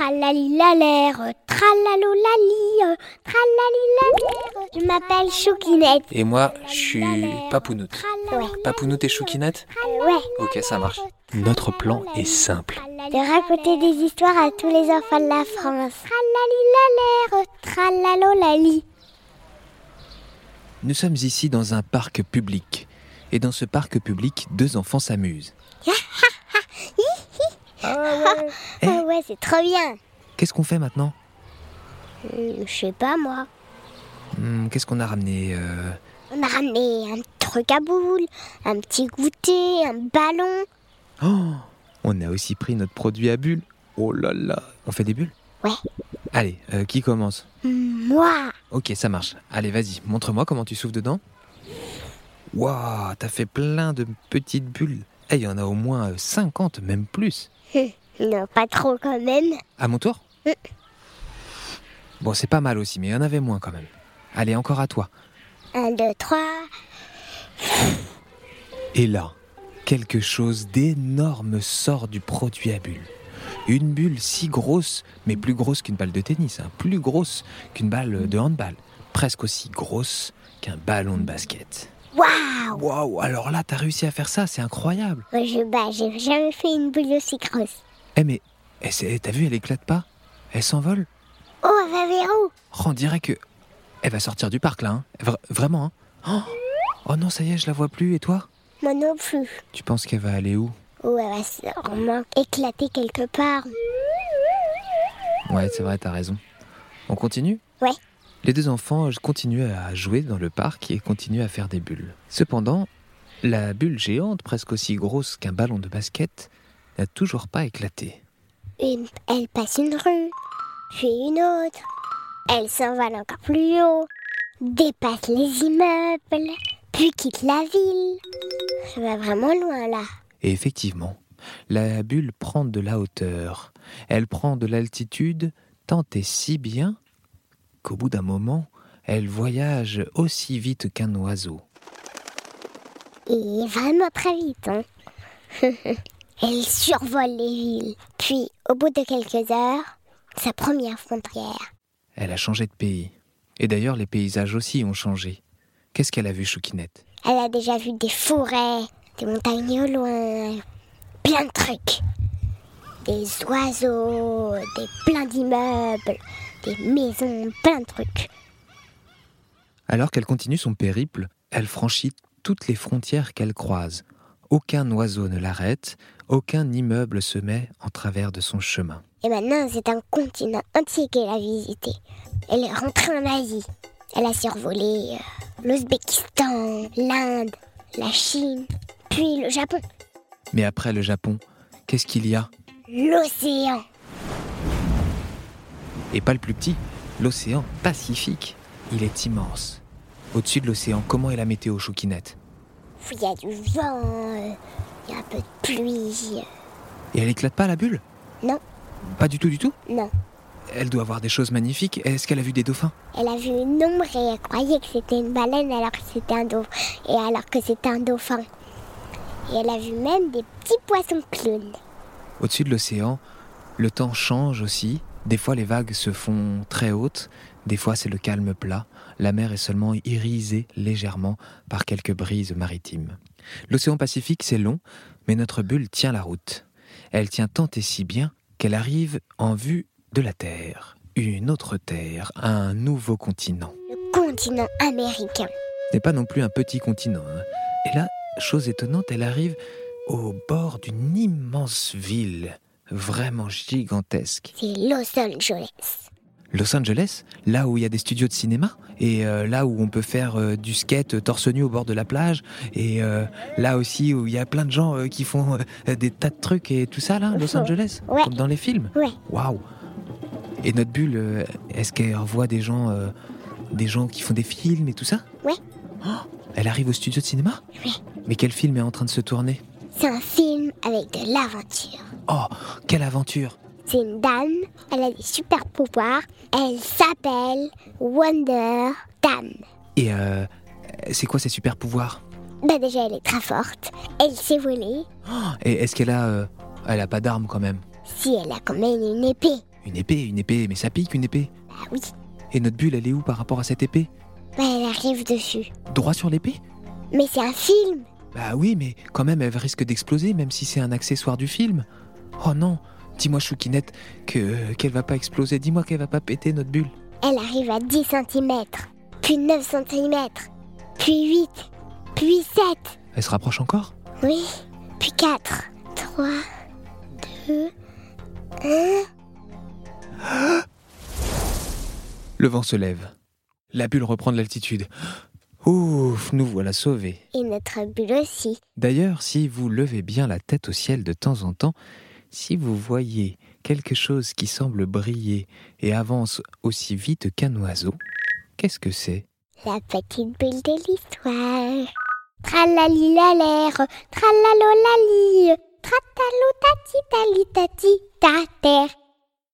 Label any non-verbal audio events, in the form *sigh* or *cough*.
Tralali la l'air, tralalou la tralali Je m'appelle Choukinette. Et moi, je suis Papounoute. Ouais. Papounoute et Choukinette Euh, ouais, Ok, ça marche. Notre plan est simple. de raconter des histoires à tous les enfants de la France. Tralali la l'air, tralalou lali. Nous sommes ici dans un parc public. Et dans ce parc public, deux enfants s'amusent. Eh. Ah ouais, c'est trop bien. Qu'est-ce qu'on fait maintenant Hum, Je sais pas moi. Hmm, Qu'est-ce qu'on a ramené euh, On a ramené un truc à boule, un petit goûter, un ballon. Oh On a aussi pris notre produit à bulles. Oh là là On fait des bulles Ouais. Allez, euh, qui commence Hum, Moi, Ok, ça marche. Allez, vas-y, montre-moi comment tu souffles dedans. Waouh, t'as fait plein de petites bulles. Eh, il y en a au moins euh, 50, même plus. non, pas trop quand même. À mon tour Euh. Bon, c'est pas mal aussi, mais il y en avait moins quand même. Allez, encore à toi. Un, deux, trois. Et là, quelque chose d'énorme sort du produit à bulles. Une bulle si grosse, mais plus grosse qu'une balle de tennis, hein, plus grosse qu'une balle de handball, presque aussi grosse qu'un ballon de basket. Waouh Waouh, alors là, t'as réussi à faire ça, c'est incroyable. Moi, Je bah, j'ai jamais fait une boule aussi grosse. Eh mais, eh, c'est- t'as vu, elle éclate pas Elle s'envole Oh, elle va vers où Oh, On dirait que... Elle va sortir du parc là, hein. Vra- vraiment. Hein. Oh, oh non, ça y est, je la vois plus, et toi Moi non plus. Tu penses qu'elle va aller où Oh, elle va sûrement éclater quelque part. Ouais, c'est vrai, t'as raison. On continue Ouais. Les deux enfants euh, continuent à jouer dans le parc et continuent à faire des bulles. Cependant, la bulle géante, presque aussi grosse qu'un ballon de basket, n'a toujours pas éclaté. Une- elle passe une rue, puis une autre. Elle s'envole encore plus haut, dépasse les immeubles, puis quitte la ville. Elle va vraiment loin là. Et effectivement, la bulle prend de la hauteur. Elle prend de l'altitude tant et si bien qu'au bout d'un moment, elle voyage aussi vite qu'un oiseau. Et vraiment très vite. Hein. *laughs* elle survole les villes. Puis, au bout de quelques heures, sa première frontière. Elle a changé de pays. Et d'ailleurs, les paysages aussi ont changé. Qu'est-ce qu'elle a vu, Choukinette Elle a déjà vu des forêts, des montagnes au loin, plein de trucs. Des oiseaux, des pleins d'immeubles, des maisons, plein de trucs. Alors qu'elle continue son périple, elle franchit toutes les frontières qu'elle croise. Aucun oiseau ne l'arrête, aucun immeuble se met en travers de son chemin. Et maintenant, c'est un continent entier qu'elle a visité. Elle est rentrée en Asie. Elle a survolé euh, l'Ouzbékistan, l'Inde, la Chine, puis le Japon, Mais après le Japon, qu'est-ce qu'il y a l'océan. Et pas le plus petit, l'océan Pacifique. Il est immense. Au-dessus de l'océan, comment est la météo, Choukinette Il y a du vent, euh, il y a un peu de pluie. euh, Et elle éclate pas la bulle Non. Pas du tout, du tout Non. Elle doit avoir des choses magnifiques. Est-ce qu'elle a vu des dauphins Elle a vu une ombre et elle croyait que c'était une baleine alors que c'était un dauphin. Et alors que c'était un dauphin. Et elle a vu même des petits poissons clowns. Au-dessus de l'océan, le temps change aussi. Des fois, les vagues se font très hautes. Des fois, c'est le calme plat. La mer est seulement irisée légèrement par quelques brises maritimes. L'océan Pacifique, c'est long, mais notre bulle tient la route. Elle tient tant et si bien qu'elle arrive en vue de la Terre. Une autre Terre, un nouveau continent. Le continent américain. Ce n'est pas non plus un petit continent. hein. Et là, chose étonnante, elle arrive au bord d'une immense ville, vraiment gigantesque. C'est Los Angeles. Los Angeles, là où il y a des studios de cinéma, et euh, là où on peut faire euh, du skate torse nu au bord de la plage, et euh, là aussi où il y a plein de gens euh, qui font euh, des tas de trucs et tout ça, là, Los Angeles, Ouais. comme dans les films. Ouais. Waouh Et notre bulle, euh, est-ce qu'elle revoit des gens, euh, des gens qui font des films et tout ça Ouais. Oh, elle arrive au studio de cinéma Ouais. Mais quel film est en train de se tourner C'est un film avec de l'aventure. Oh, quelle aventure C'est une dame, elle a des super pouvoirs. Elle s'appelle Wonder Dame. Et euh, c'est quoi ses super pouvoirs Bah déjà, elle est très forte. Elle sait voler. Oh, Et est-ce qu'elle a... euh, elle a pas d'armes quand même Si elle a quand même une épée. Une épée, une épée, mais ça pique une épée. Bah oui, Et notre bulle, elle est où par rapport à cette épée bah elle arrive dessus. Droit sur l'épée Mais c'est un film Bah oui, mais quand même, elle risque d'exploser, même si c'est un accessoire du film. Oh non Dis-moi, Choukinette, que, qu'elle va pas exploser. Dis-moi qu'elle va pas péter notre bulle. Elle arrive à 10 cm, puis 9 cm, puis 8, puis 7, Elle se rapproche encore oui, puis 4, 3, 2, 1. Le vent se lève. La bulle reprend de l'altitude. Ouf, nous voilà sauvés. Et notre bulle aussi. D'ailleurs, si vous levez bien la tête au ciel de temps en temps, si vous voyez quelque chose qui semble briller et avance aussi vite qu'un oiseau, qu'est-ce que c'est La petite bulle de l'histoire. Tralalilalère, tralalolali, tratalotati tali tati ta terre,